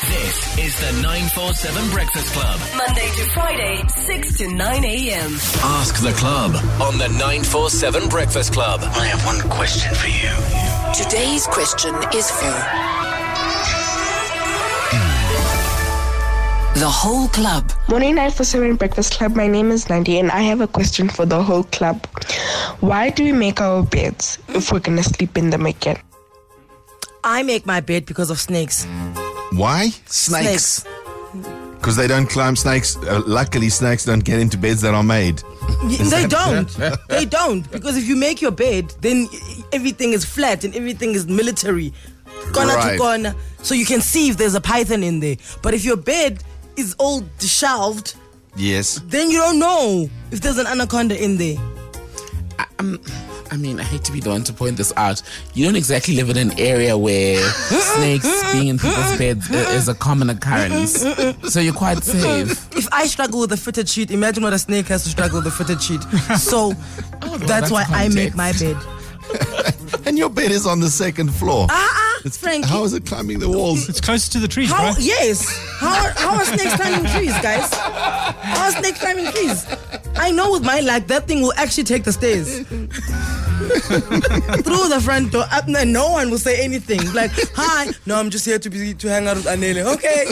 This is the 947 Breakfast Club. Monday to Friday, 6 to 9 a.m. Ask the club on the 947 Breakfast Club. I have one question for you. Today's question is for the whole club. Morning 947 Breakfast Club. My name is Nandi and I have a question for the whole club. Why do we make our beds if we're going to sleep in them again? I make my bed because of snakes. Why? Snakes. Because they don't climb snakes. Uh, luckily, snakes don't get into beds that are made. Y- They don't. they don't. Because if you make your bed, then i- everything is flat and everything is military, corner Right. to corner. So you can see if there's a python in there. But if your bed is all shelved, Yes. then you don't know if there's an anaconda in there. I mean, I hate to be the one to point this out. You don't exactly live in an area where snakes being in people's beds i- is a common occurrence. So you're quite safe. If I struggle with a fitted sheet, imagine what a snake has to struggle with a fitted sheet. So that's, that's why I make context. my bed. And your bed is on the second floor. Ah, uh It's- Frankie. How is it climbing the walls? It's closer to the trees, How? right? Yes. How? How are snakes climbing trees, guys? How are snakes climbing trees? I know with my luck, that thing will actually take the stairs through the front door. Up, no, no one will say anything. Like, hi. No, I'm just here to be to hang out with Anele. Okay.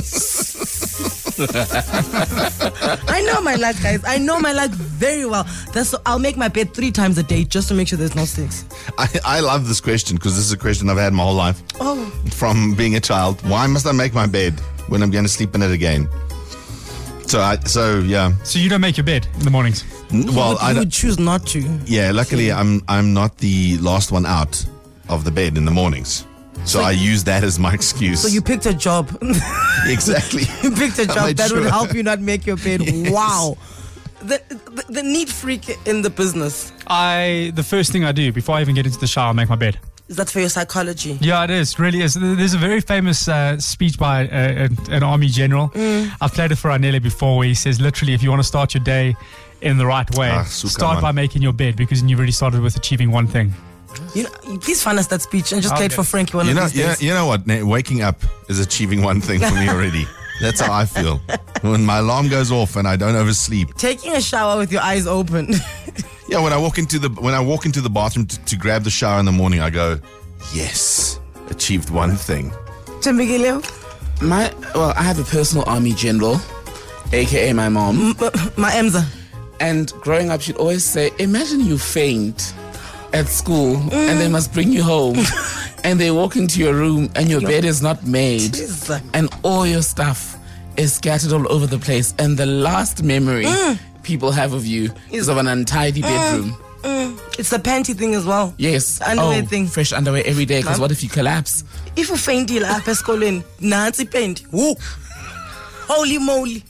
I know my luck, guys. I know my luck very well. That's. I'll make my bed three times a day just to make sure there's no snakes. I, I love this question because this is a question I've had my whole life Oh. from being a child. Why must I make my bed when I'm going to sleep in it again? So, I, so yeah. So you don't make your bed in the mornings. N- Well, But I you don't- would choose not to. yeah. Luckily, I'm I'm not the last one out of the bed in the mornings, so, I use that as my excuse. So you picked a job. exactly. you picked a I job made that would sure. help you not make your bed. Wow. The, the, the neat freak in the business. I the first thing I do before I even get into the shower, I make my bed. Is that for your psychology? Yeah, it is. Really is. There- There's a very famous uh, speech by uh, an, an army general. Mm. I've played it for Anele before, where he says, literally, if you want to start your day in the right way, Ah, suka start man. by making your bed because then you've already started with achieving one thing. You know, please find us that speech and just play it Okay. for Frankie one You of know, these you know, days. you know what? Nat? Waking up is achieving one thing for me already. That's how I feel. When my alarm goes off and I don't oversleep. Taking a shower with your eyes open. Yeah, when I walk into the when I walk into the bathroom to, to grab the shower in the morning, I go, yes, achieved one thing. Tembikile, My well, I have a personal army general, aka my mom. m- my Emza. And growing up, she'd always say, "Imagine you faint." At school, and they must bring you home, and they walk into your room, and your bed is not made. Jesus. and all your stuff is scattered all over the place. And the last memory Mm. people have of you is of an untidy bedroom. It's the panty thing as well. Yes, Oh, Underwear thing. Fresh underwear every day. Because Ma'am? what if you collapse? If you faint, you'll up escolin. Nancy paint. Woo. Holy moly.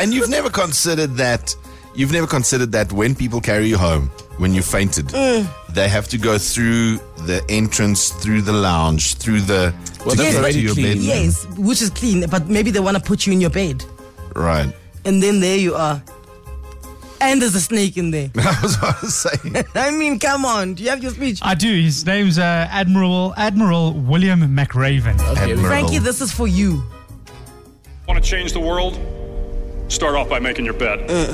And you've never considered that you've never considered that when people carry you home when you fainted, Mm. they have to go through the entrance, through the lounge, through the Well, to that's get already to your clean. bedroom. Yes, which is clean, but maybe they want to put you in your bed. Right. and then there you are. And there's a snake in there. That was what I was saying. I mean, come on. Do you have your speech? I do. His name's uh, Admiral Admiral William McRaven. Admirable. Frankie, this is for you. Want to change the world? Start off by making your bed. If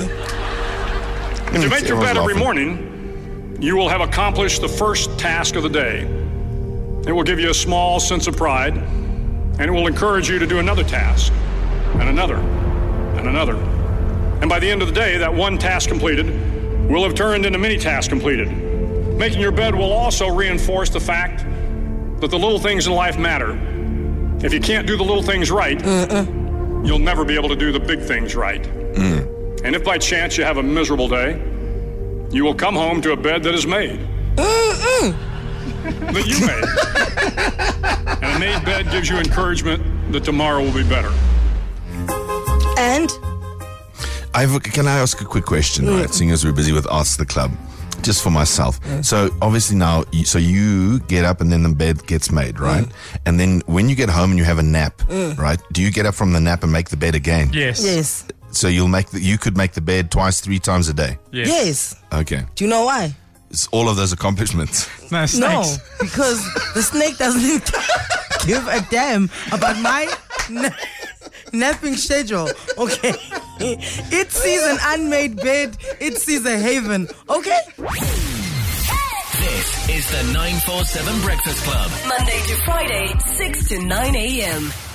you make your Everyone's bed every laughing. morning, you will have accomplished the first task of the day. It will give you a small sense of pride, and it will encourage you to do another task, and another, and another. And by the end of the day, that one task completed will have turned into many tasks completed. Making your bed will also reinforce the fact that the little things in life matter. If you can't do the little things right, you'll never be able to do the big things right. And if by chance you have a miserable day, you will come home to a bed that is made. That you made. and a made bed gives you encouragement that tomorrow will be better. And I've, can I ask a quick question? Right, seeing as we're busy with Ask the Club, just for myself. So obviously now, you- so you get up and then the bed gets made, right? And then when you get home and you have a nap, right? Do you get up from the nap and make the bed again? Yes. yes, So you'll make the, you could make the bed twice, three times a day. yes. Okay, Do you know why? it's all of those accomplishments. No, No, snakes. because the snake doesn't give a damn about my. napping schedule. Okay. It sees an unmade bed, it sees a haven. Okay? This is the 947 Breakfast Club. Monday to Friday, 6 to 9 a.m.